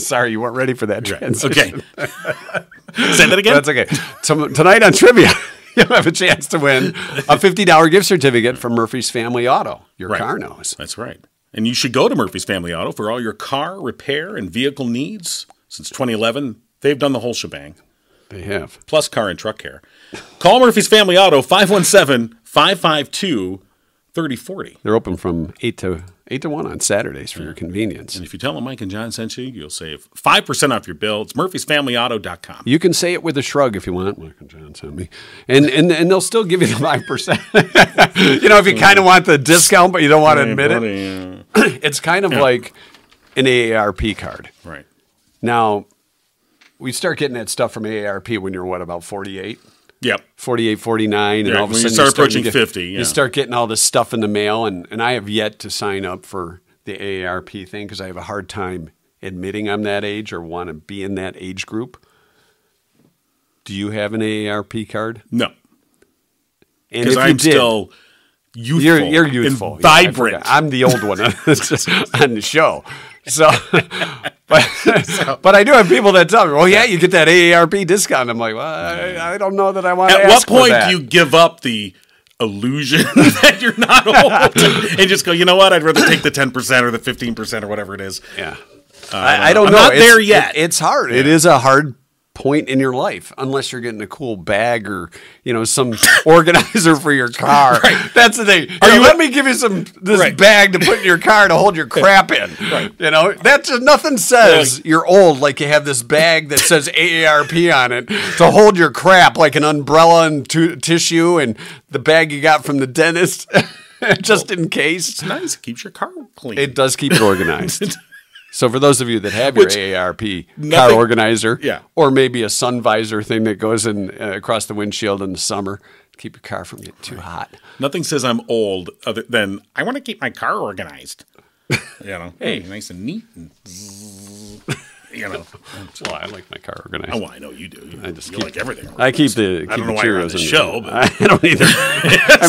B: Sorry, you weren't ready for that transition.
C: Okay. Say that again.
B: That's okay. Tom- tonight on trivia, you'll have a chance to win a fifty dollar gift certificate from Murphy's Family Auto. Your
C: Right.
B: car knows.
C: That's right. And you should go to Murphy's Family Auto for all your car repair and vehicle needs. Since 2011, they've done the whole shebang,
B: They have.
C: plus car and truck care. Call Murphy's Family Auto 517 552 3040.
B: They're open from eight to eight to one on Saturdays for your convenience.
C: And if you tell them Mike and John sent you, you'll save 5% off your bill. It's murphysfamilyauto.com.
B: You can say it with a shrug if you want, Michael John sent me, and and and they'll still give you the five percent. you know, if you kind of want the discount but you don't want to admit it,
C: it.
B: it's kind of like an AARP card.
C: Right.
B: Now, we start getting that stuff from AARP when you're what about forty eight.
C: Yep.
B: 48, 49, and
C: Yeah,
B: all of a
C: when you
B: sudden
C: start
B: starting
C: approaching
B: to get-
C: 50, yeah.
B: You start getting all this stuff in the mail, and, and I have yet to sign up for the AARP thing because I have a hard time admitting I'm that age or want to be in that age group. Do you have an AARP card?
C: No.
B: And
C: Because I'm still youthful.
B: you're, you're youthful,
C: And
B: Yeah, I
C: vibrant.
B: forgot. I'm the old one on the show. So, but, but I do have people that tell me, well, yeah, you get that AARP discount. I'm like, well, I, I don't know that I want to
C: At what point do you give up the illusion that you're not old and just go, you know what? I'd rather take the 10% or the 15% or whatever it is.
B: Yeah. Uh, I, I don't
C: I'm
B: know.
C: not
B: It's-
C: there yet.
B: it- it's hard. It is a hard point in your life unless you're getting a cool bag or you know some organizer for your car. That's the thing. Are
C: you-
B: you let me give you some this
C: Right.
B: bag to put in your car to hold your crap in. Right. You know, that's just, nothing says you're old like you have this bag that says AARP on it to hold your crap like an umbrella and tu- tissue and the bag you got from the dentist just in case.
C: It's nice. It keeps your car clean.
B: It does keep it organized. so for those of you that have your
C: Which-
B: AARP
C: Nothing-
B: car organizer,
C: Yeah.
B: or maybe a sun visor thing that goes in uh, across the windshield in the summer, to keep your car from getting too hot.
C: Nothing says I'm old other than I want to keep my car organized. You know, hey, nice and neat. And you know,
B: Well, I like my car organized.
C: oh, well, I know you do. You, I just you like everything.
B: I keep the keep
C: I don't
B: the
C: know why you're on
B: Cheerios
C: the
B: in
C: show,
B: there.
C: but-
B: I don't either. I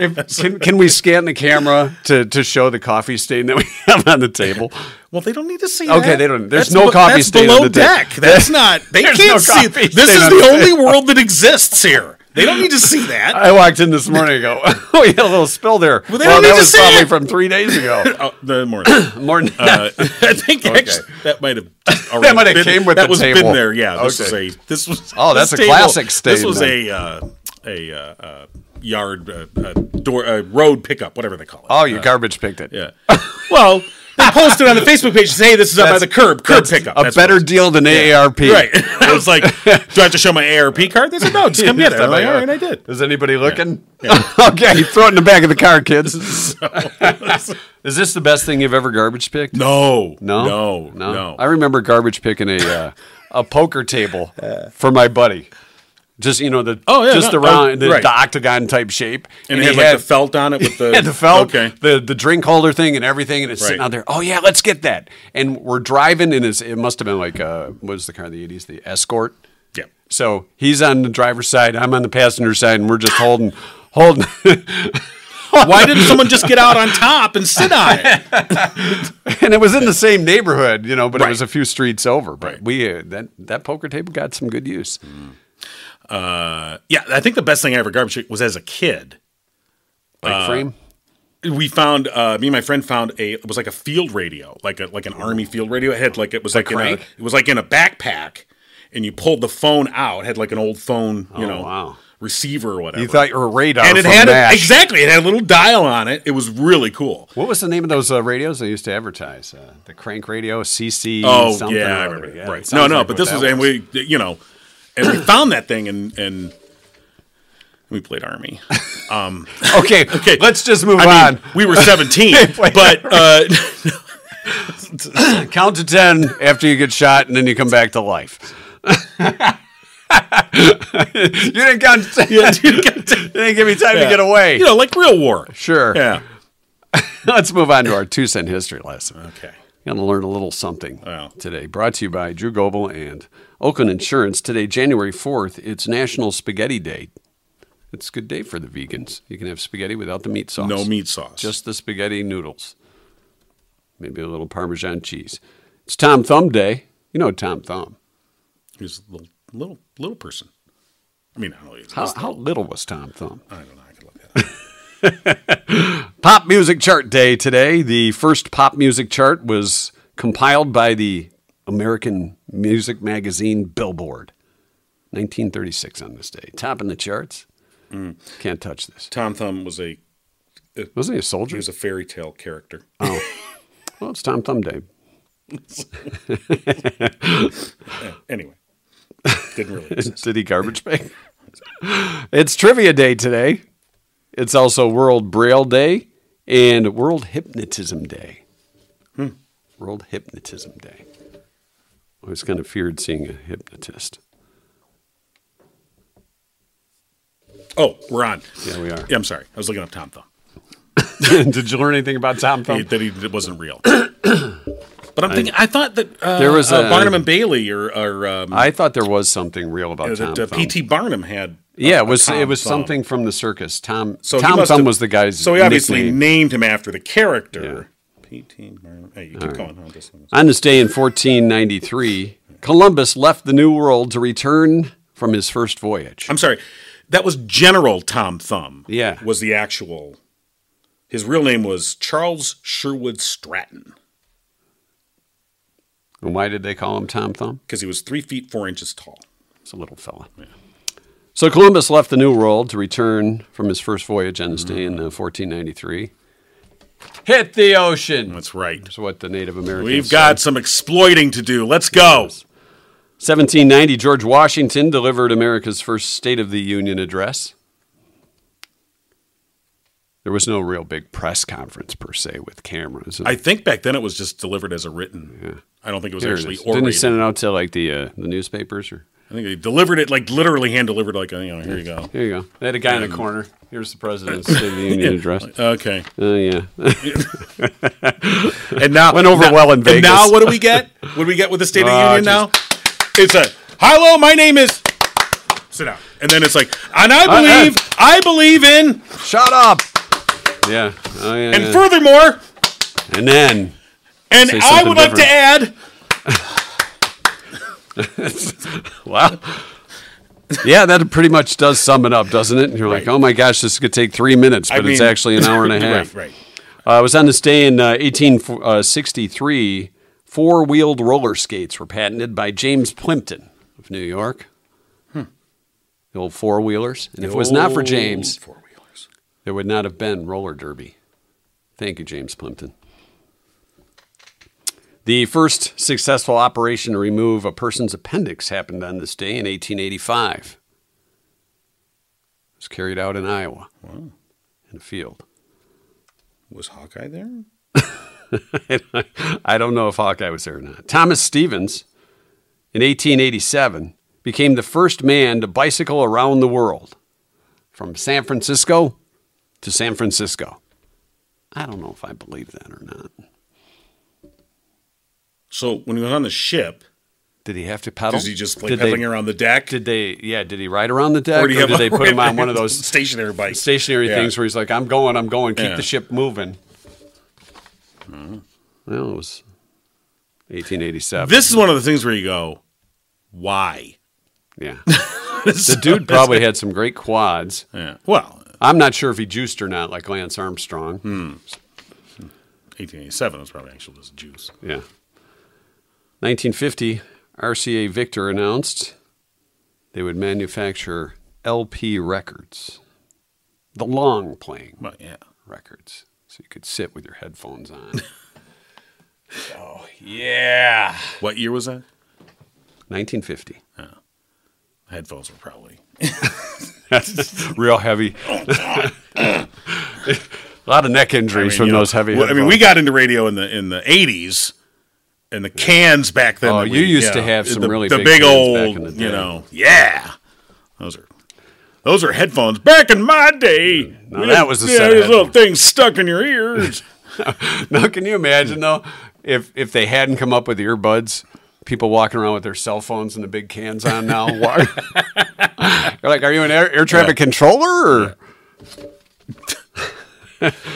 B: mean, if, can, can we scan the camera to, to show the coffee stain that we have on the table?
C: Well, they don't need to see that.
B: Okay, they don't- there's
C: That's
B: no
C: be-
B: coffee
C: that's
B: stain
C: below
B: on the table.
C: deck. That's not. They
B: There's
C: can't
B: no
C: see.
B: coffee
C: This
B: stain
C: is
B: on the
C: the only world that exists here. They don't need to see that.
B: I walked in this morning and go, oh, you had a little spill there.
C: Well, they
B: well
C: don't need
B: that
C: to
B: was
C: see
B: probably
C: it.
B: from three days ago.
C: Oh, the morning.
B: More than
C: Uh, I think actually, that might have already
B: might have
C: been-
B: came with
C: that
B: the
C: was been
B: table.
C: there. Yeah, this
B: Okay.
C: was a this was
B: Oh,
C: this
B: that's a
C: table-
B: classic
C: This
B: stain
C: was
B: then.
C: a uh, a uh, uh, yard uh, uh, door uh, road pickup, whatever they call it.
B: Oh, your garbage picked it.
C: uh, yeah. well, they posted on the Facebook page, say, "Hey, this is up by the curb, curb pickup."
B: A
C: That's
B: better
C: what
B: deal than
C: it
B: AARP.
C: was. Right. I was like, "Do I have to show my ARP card?" They said, "No, just come get it." I'm like, "All right, I did."
B: Is anybody looking? okay, throw it in the back of the car, kids. Is this the best thing you've ever garbage picked?
C: No,
B: No,
C: no, no.
B: I remember garbage picking a uh, a poker table for my buddy. Just you know the
C: Oh, yeah,
B: just
C: no,
B: the round
C: oh,
B: the,
C: right.
B: the octagon type shape,
C: and it had, like the felt on it with the
B: and the felt,
C: Okay,
B: the the drink holder thing, and everything, and it's sitting
C: Right.
B: out there. Oh yeah, let's get that. And we're driving, and it's, it must have been like uh, what was the car in the eighties, the Escort.
C: yeah.
B: So he's on the driver's side, I'm on the passenger side, and we're just holding, holding.
C: Why didn't someone just get out on top and sit on it?
B: and it was in the same neighborhood, you know, but
C: Right.
B: it was a few streets over. But
C: Right.
B: we uh, that that poker table got some good use.
C: Uh, yeah, I think the best thing I ever garbage picked was as a kid.
B: Like
C: Uh,
B: frame.
C: We found uh, me and my friend found a it was like a field radio, like a like an army field radio. It had like it was like in a,
B: crank?
C: it was like in a backpack, and you pulled the phone out. It had like an old phone, you
B: Oh,
C: know,
B: wow.
C: receiver or whatever.
B: You thought you were radar,
C: and it
B: from
C: had a,
B: MASH.
C: exactly it had a little dial on it. It was really cool.
B: What was the name of those uh, radios they used to advertise? Uh, the crank radio, CC.
C: Oh
B: something or
C: yeah, I
B: other.
C: remember.
B: Yeah,
C: that.
B: it
C: right. No,
B: sounds
C: no,
B: like
C: but
B: what
C: this
B: that
C: was, and we, you know, and we found that thing and and we played army. Um,
B: okay, okay. Let's just move
C: I
B: on.
C: mean, we were seventeen, but uh,
B: Count to ten after you get shot, and then you come back to life. you didn't count. To 10. You didn't give me time to get away.
C: you know, like real war.
B: sure.
C: Yeah.
B: Let's move on to our two cent history lesson.
C: Okay.
B: Going to learn a little something
C: Wow.
B: today. Brought to you by Drew Goble and Oakland Insurance. Today, January fourth, it's National Spaghetti Day. It's a good day for the vegans. You can have spaghetti without the meat sauce.
C: No meat sauce.
B: Just the spaghetti noodles. Maybe a little Parmesan cheese. It's Tom Thumb Day. You know Tom Thumb.
C: he's a little little little person. I mean, I don't know. he's-
B: How, how little was Tom Thumb?
C: I don't know. I could look that up.
B: Pop Music Chart Day today. The first pop music chart was compiled by the American music magazine Billboard. 1936 on this day. Top in the charts.
C: Mm.
B: Can't touch this.
C: Tom Thumb was a
B: Wasn't he a
C: he
B: soldier?
C: was a fairy tale character.
B: well, it's Tom Thumb Day.
C: Anyway, didn't really. exist.
B: City garbage bag. it's trivia day today. It's also World Braille Day and World Hypnotism Day. Hmm. World Hypnotism Day. I was kind of feared seeing a hypnotist.
C: Oh, we're on.
B: Yeah, we are.
C: Yeah, I'm sorry. I was looking up Tom Thumb.
B: Did you learn anything about Tom
C: He,
B: Thumb?
C: that he it wasn't real. but I'm thinking. I, thought that uh,
B: There was
C: uh,
B: a-
C: Barnum and Bailey or, or um,
B: I thought there was something real about Tom
C: that uh,
B: Thumb.
C: P.T. Barnum had. uh,
B: yeah,
C: a-
B: it was
C: a Tom
B: it was
C: Thumb.
B: something from the circus. Tom
C: he
B: Tom
C: must
B: Thumb
C: have-
B: was the guy's.
C: So he obviously
B: nickname.
C: named him after the character. P.T. Barnum. Hey, you keep going. I'll just-
B: On this day in 1493, Columbus left the New World to return from his first voyage.
C: I'm sorry. That was General Tom Thumb.
B: Yeah.
C: Was the actual. His real name was Charles Sherwood Stratton
B: And why did they call him Tom Thumb?
C: because he was three feet four inches tall.
B: It's a little fella. So Columbus left the New World to return from his first voyage on this day in uh, 1493. Hit the ocean.
C: That's right.
B: That's what the Native Americans.
C: We've
B: said.
C: got some exploiting to do. Let's go.
B: 1790. George Washington delivered America's first State of the Union address. There was no real big press conference per se with cameras.
C: I think back then it was just delivered as a written. I don't think it was
B: Here it
C: actually
B: is.
C: orated.
B: Didn't he send it out to like the uh, the newspapers or?
C: I think they delivered it like literally hand delivered. Like you know, here you go.
B: Here you go. They had a guy
C: Um,
B: in the corner. Here's the president's State of the Union address.
C: Okay.
B: Uh, yeah.
C: And now
B: Went over
C: now-
B: well in Vegas.
C: And now what do we get? What do we get with the State of the
B: Ah,
C: Union now? It's a hello. My name is. Sit down. And then it's like, and
B: Uh,
C: I believe, I believe in,
B: Shut up. Yeah. Oh, yeah,
C: and
B: yeah.
C: furthermore,
B: and then
C: and
B: Say
C: I
B: something
C: would like to
B: different.
C: add.
B: wow. yeah, that pretty much does sum it up, doesn't it? And you're like,
C: Right.
B: oh my gosh, this could take three minutes,
C: I
B: but it's
C: mean-
B: actually an hour and a half.
C: Right, right.
B: Uh, I was on this day in uh, 1863. Four wheeled roller skates were patented by James Plimpton of New York.
C: Hmm.
B: The old four wheelers. And if it was
C: Oh.
B: not for James,
C: Four wheelers.
B: there would not have been roller derby. Thank you, James Plimpton. The first successful operation to remove a person's appendix happened on this day in 1885. It was carried out in Iowa in a field.
C: Was Hawkeye there?
B: I don't know if Hawkeye was there or not. Thomas Stevens, in 1887, became the first man to bicycle around the world from San Francisco to San Francisco. I don't know if I believe that or not.
C: So when he was on the ship,
B: Did he have to pedal?
C: was he just like
B: did
C: pedaling
B: they,
C: around the deck?
B: Did they? Yeah. Did he ride around the deck, or,
C: do you
B: did
C: have
B: they
C: a-
B: put him on one of those
C: stationary bikes?
B: stationary
C: Yeah.
B: things where he's like, "I'm going, I'm going, keep
C: Yeah. Hmm.
B: the ship moving." Well, it was 1887.
C: This is one of the things where you go, why?
B: Yeah. the dude probably had some great quads.
C: Yeah. Well,
B: I'm not sure if he juiced or not, like Lance Armstrong.
C: Hmm. 1887 was probably actually just juice.
B: Yeah. 1950, RCA Victor announced they would manufacture LP records, the long playing
C: Well, yeah.
B: records, so you could sit with your headphones on.
C: Yeah. What year was that?
B: 1950.
C: Headphones were probably.
B: Real heavy. A lot of neck injuries from
C: you know,
B: those heavy.
C: well, I mean,
B: headphones.
C: we got into radio in the in the 80s, and the cans back then.
B: Oh,
C: that
B: you
C: we-
B: used
C: yeah,
B: to have some
C: the,
B: really
C: the
B: big
C: big
B: cans
C: old,
B: back in the
C: you
B: day.
C: know, yeah. Those are those are headphones back in my day.
B: No,
C: We
B: that
C: had-
B: was a
C: yeah,
B: set of
C: these little things stuck in your ears.
B: Now, can you imagine though, if if they hadn't come up with earbuds, people walking around with their cell phones and the big cans on now. Why- You're like, are you an air, air traffic controller? Or?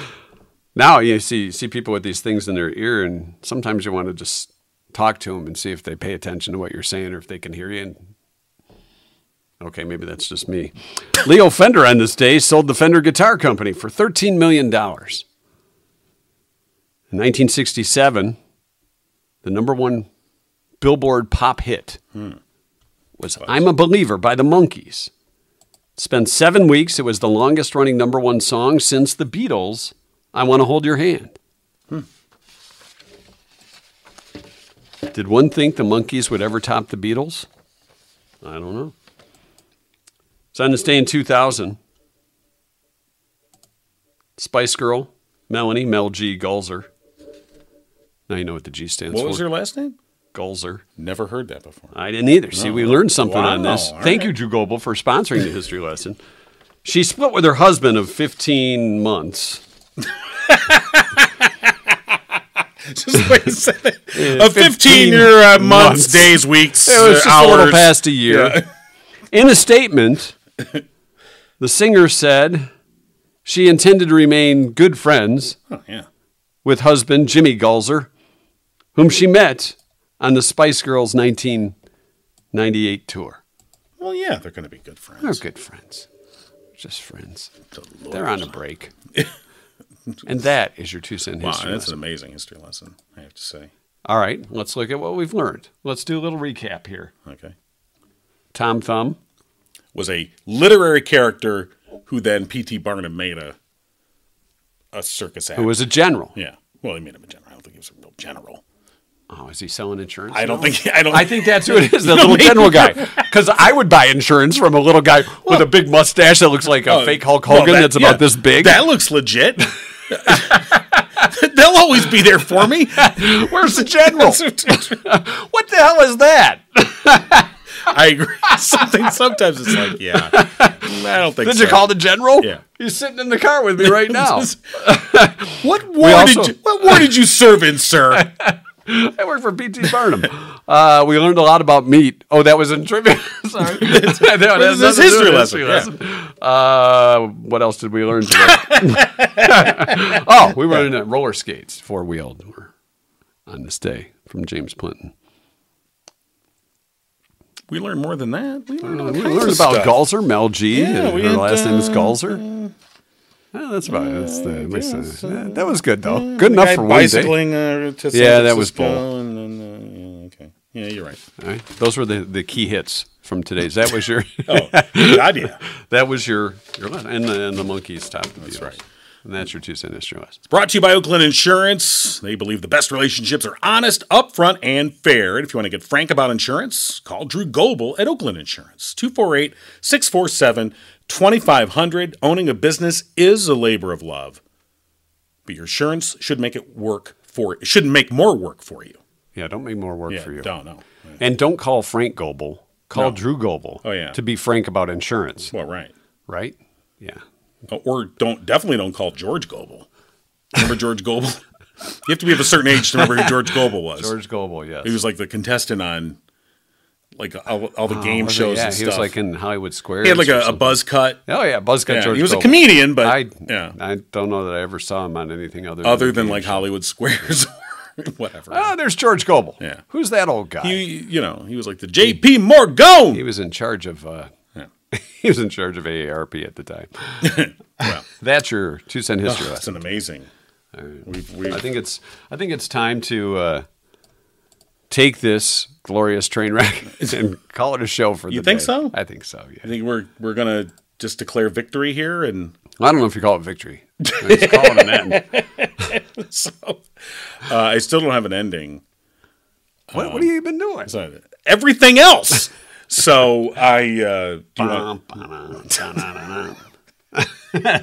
B: now you see see people with these things in their ear, and sometimes you want to just talk to them and see if they pay attention to what you're saying or if they can hear you. And okay, maybe that's just me. Leo Fender on this day sold the Fender Guitar Company for thirteen million dollars. In 1967, the number one Billboard pop hit
C: Hmm.
B: was I'm a Believer by the Monkees. Spent seven weeks. It was the longest running number one song since the Beatles' I Want to Hold Your Hand.
C: Hmm.
B: Did one think the Monkees would ever top the Beatles? I don't know. So on this day in 2000, Spice Girl, Melanie, Mel G. Gulzer. Now you know what the G stands
C: What
B: for.
C: was her last name?
B: Gulzer.
C: Never heard that before.
B: I didn't either. See, we learned something on
C: Wow,
B: this.
C: all
B: Thank
C: right.
B: you, Drew Goble, for sponsoring the history lesson. She split with her husband of 15 months.
C: Just like I said,
B: 15
C: a 15 year uh, months,
B: months.
C: days, weeks,
B: It was
C: uh,
B: just
C: hours.
B: a little past a year. In a statement, the singer said she intended to remain good friends
C: Oh, yeah.
B: with husband Jimmy Gulzer, whom she met on the Spice Girls 1998 tour.
C: Well, yeah, they're going to be good friends.
B: They're good friends, just friends. They're on a break. and that is your two cent
C: Wow,
B: history.
C: that's
B: lesson.
C: an amazing history lesson, I have to say.
B: All right, let's look at what we've learned. Let's do a little recap here.
C: Okay.
B: Tom Thumb,
C: Was a literary character who then P.T. Barnum made a a circus act.
B: who was a general.
C: Yeah. Well, he made him a general. I don't think he was a real general.
B: Oh, is he selling insurance?
C: I don't
B: now?
C: think. I don't.
B: I think that's who it is, the
C: No,
B: little
C: wait.
B: general guy. Because I would buy insurance from a little guy with a big mustache that looks like a
C: Uh,
B: fake Hulk
C: well,
B: Hogan
C: that-
B: that's
C: yeah,
B: about this big.
C: That looks legit. They'll always be there for me.
B: Where's the general? what the hell is that?
C: I agree. Something sometimes it's like, yeah. I don't think.
B: Did
C: so.
B: you call the general?
C: Yeah.
B: He's sitting in the car with me right now.
C: What war
B: also-
C: did you? What war did you serve in, sir?
B: I work for PT Barnum. Uh, we learned a lot about meat. Oh, that was in trivia. Sorry. no, this
C: is this history lesson, yeah.
B: Uh, what else did we learn today? oh, we were in roller skates, four wheeled, on this day from James Clinton.
C: We learned more than that. We learned, all
B: We
C: kinds
B: learned
C: of
B: about
C: stuff.
B: Galzer, Mel G,
C: Yeah,
B: and
C: we
B: her
C: had,
B: last name is
C: uh,
B: Galzer. Yeah, that's about it. That's the, at least, uh, yeah, that was good, though. good enough
C: Guy
B: for one day.
C: bicycling uh, to San
B: Yeah, that was
C: Francisco
B: Bull.
C: and then, uh, yeah, okay. Yeah, you're right.
B: All right. Those were the, the key hits from today's. That was your.
C: Oh, good idea.
B: That was your your list. and the and the monkeys topped the Beatles.
C: right.
B: And that's your two cent history lesson.
C: Brought to you by Oakland Insurance. They believe the best relationships are honest, upfront, and fair. And if you want to get frank about insurance, call Drew Goble at Oakland Insurance, 248 647 2500. Owning a business is a labor of love, but your insurance should make it work for it should make more work for you.
B: Yeah, don't make more work
C: Yeah,
B: for you.
C: don't know.
B: And don't call Frank Goble. Call Drew Goble.
C: Oh, yeah.
B: To be frank about insurance,
C: Well, right.
B: right? Yeah.
C: Or don't definitely don't call George Goble. Remember George Goble? You have to be of a certain age to remember who George Goble was.
B: George Goble. Yes.
C: He was like the contestant on like all, all the
B: Oh,
C: game
B: was it?
C: shows
B: Yeah,
C: and
B: he
C: stuff.
B: was like in Hollywood Square.
C: he had like a, a buzz cut.
B: Oh yeah, Buzzcut
C: Yeah,
B: George.
C: he was a
B: Goble.
C: comedian, but
B: I
C: yeah,
B: I don't know that I ever saw him on anything other
C: other
B: than,
C: than like Hollywood Squares or whatever.
B: Oh, there's George Goble.
C: Yeah.
B: Who's that old guy?
C: he, you know, he was like the J.P. Morgan.
B: He was in charge of. Uh, He was in charge of AARP at the time. That's your two cent history
C: That's
B: lesson.
C: an amazing. We've,
B: I
C: we've,
B: think it's I think it's time to uh, take this glorious train wreck and call it a show for
C: You
B: the
C: think
B: day.
C: so?
B: I think so.
C: I
B: Yeah.
C: think we're we're gonna just declare victory here, and
B: I don't know if you call it victory. Just call it an end.
C: so uh, I still don't have an ending.
B: What, what have you been doing?
C: So, everything else. So I uh, do you want,
B: Bum, ba-dum, ba-dum, ba-dum.